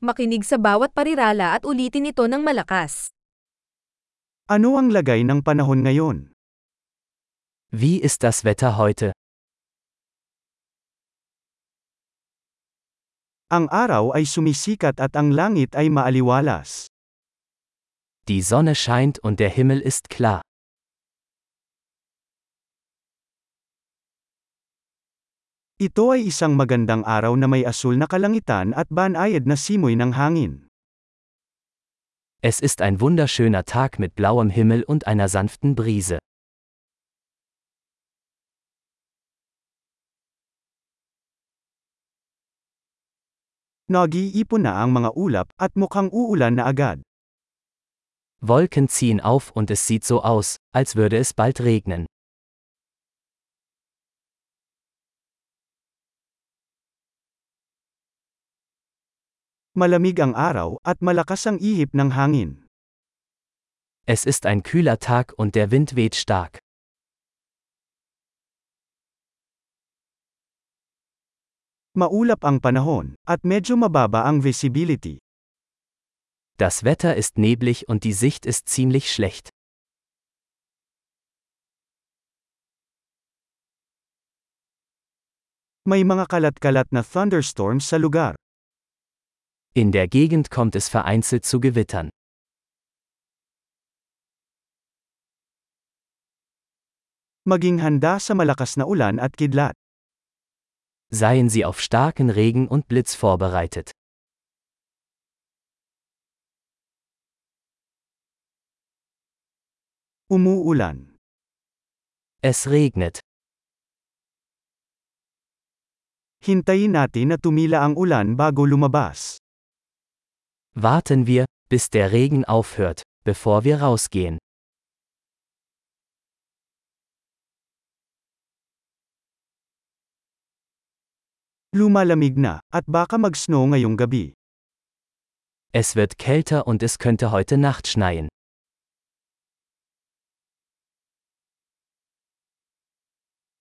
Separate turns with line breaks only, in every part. Makinig sa bawat parirala at ulitin ito ng malakas.
Ano ang lagay ng panahon ngayon?
Wie ist das Wetter heute?
Ang araw ay sumisikat at ang langit ay maaliwalas.
Die Sonne scheint und der Himmel ist klar.
Ito ay isang magandang araw na may asul na kalangitan at banayad na simoy ng hangin.
Es ist ein wunderschöner Tag mit blauem Himmel und einer sanften Brise.
Nag-iipon na ang mga ulap at mukhang uulan na agad.
Wolken ziehen auf und es sieht so aus, als würde es bald regnen.
Malamig ang araw at malakas ang ihip ng hangin.
Es ist ein kühler Tag und der Wind weht stark.
Maulap ang panahon at medyo mababa ang visibility.
Das Wetter ist neblig und die Sicht ist ziemlich schlecht.
May mga kalat-kalat na thunderstorms sa lugar.
In der Gegend kommt es vereinzelt zu Gewittern.
Maging handa sa malakas na ulan at kidlat.
Seien Sie auf starken Regen und Blitz vorbereitet.
Umuulan.
Es regnet.
Hintayin natin na tumila ang ulan bago lumabas.
Warten wir, bis der Regen aufhört, bevor wir rausgehen.
Lumalamig na at baka mag-snow ngayong gabi.
Es wird kälter und es könnte heute Nacht schneien.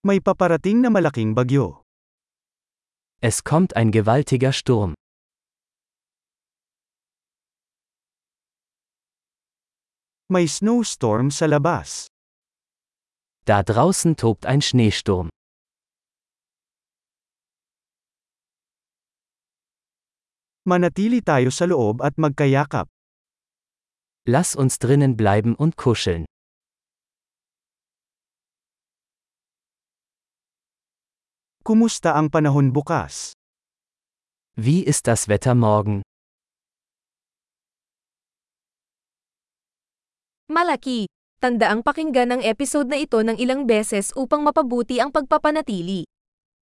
May paparating na malaking bagyo.
Es kommt ein gewaltiger Sturm.
May snowstorm sa labas.
Da draußen tobt ein Schneesturm.
Manatili tayo sa loob at magkayakap.
Lass uns drinnen bleiben und kuscheln.
Kumusta ang panahon bukas?
Wie ist das Wetter morgen?
Malaki! Tanda ang pakinggan ang episode na ito ng ilang beses upang mapabuti ang pagpapanatili.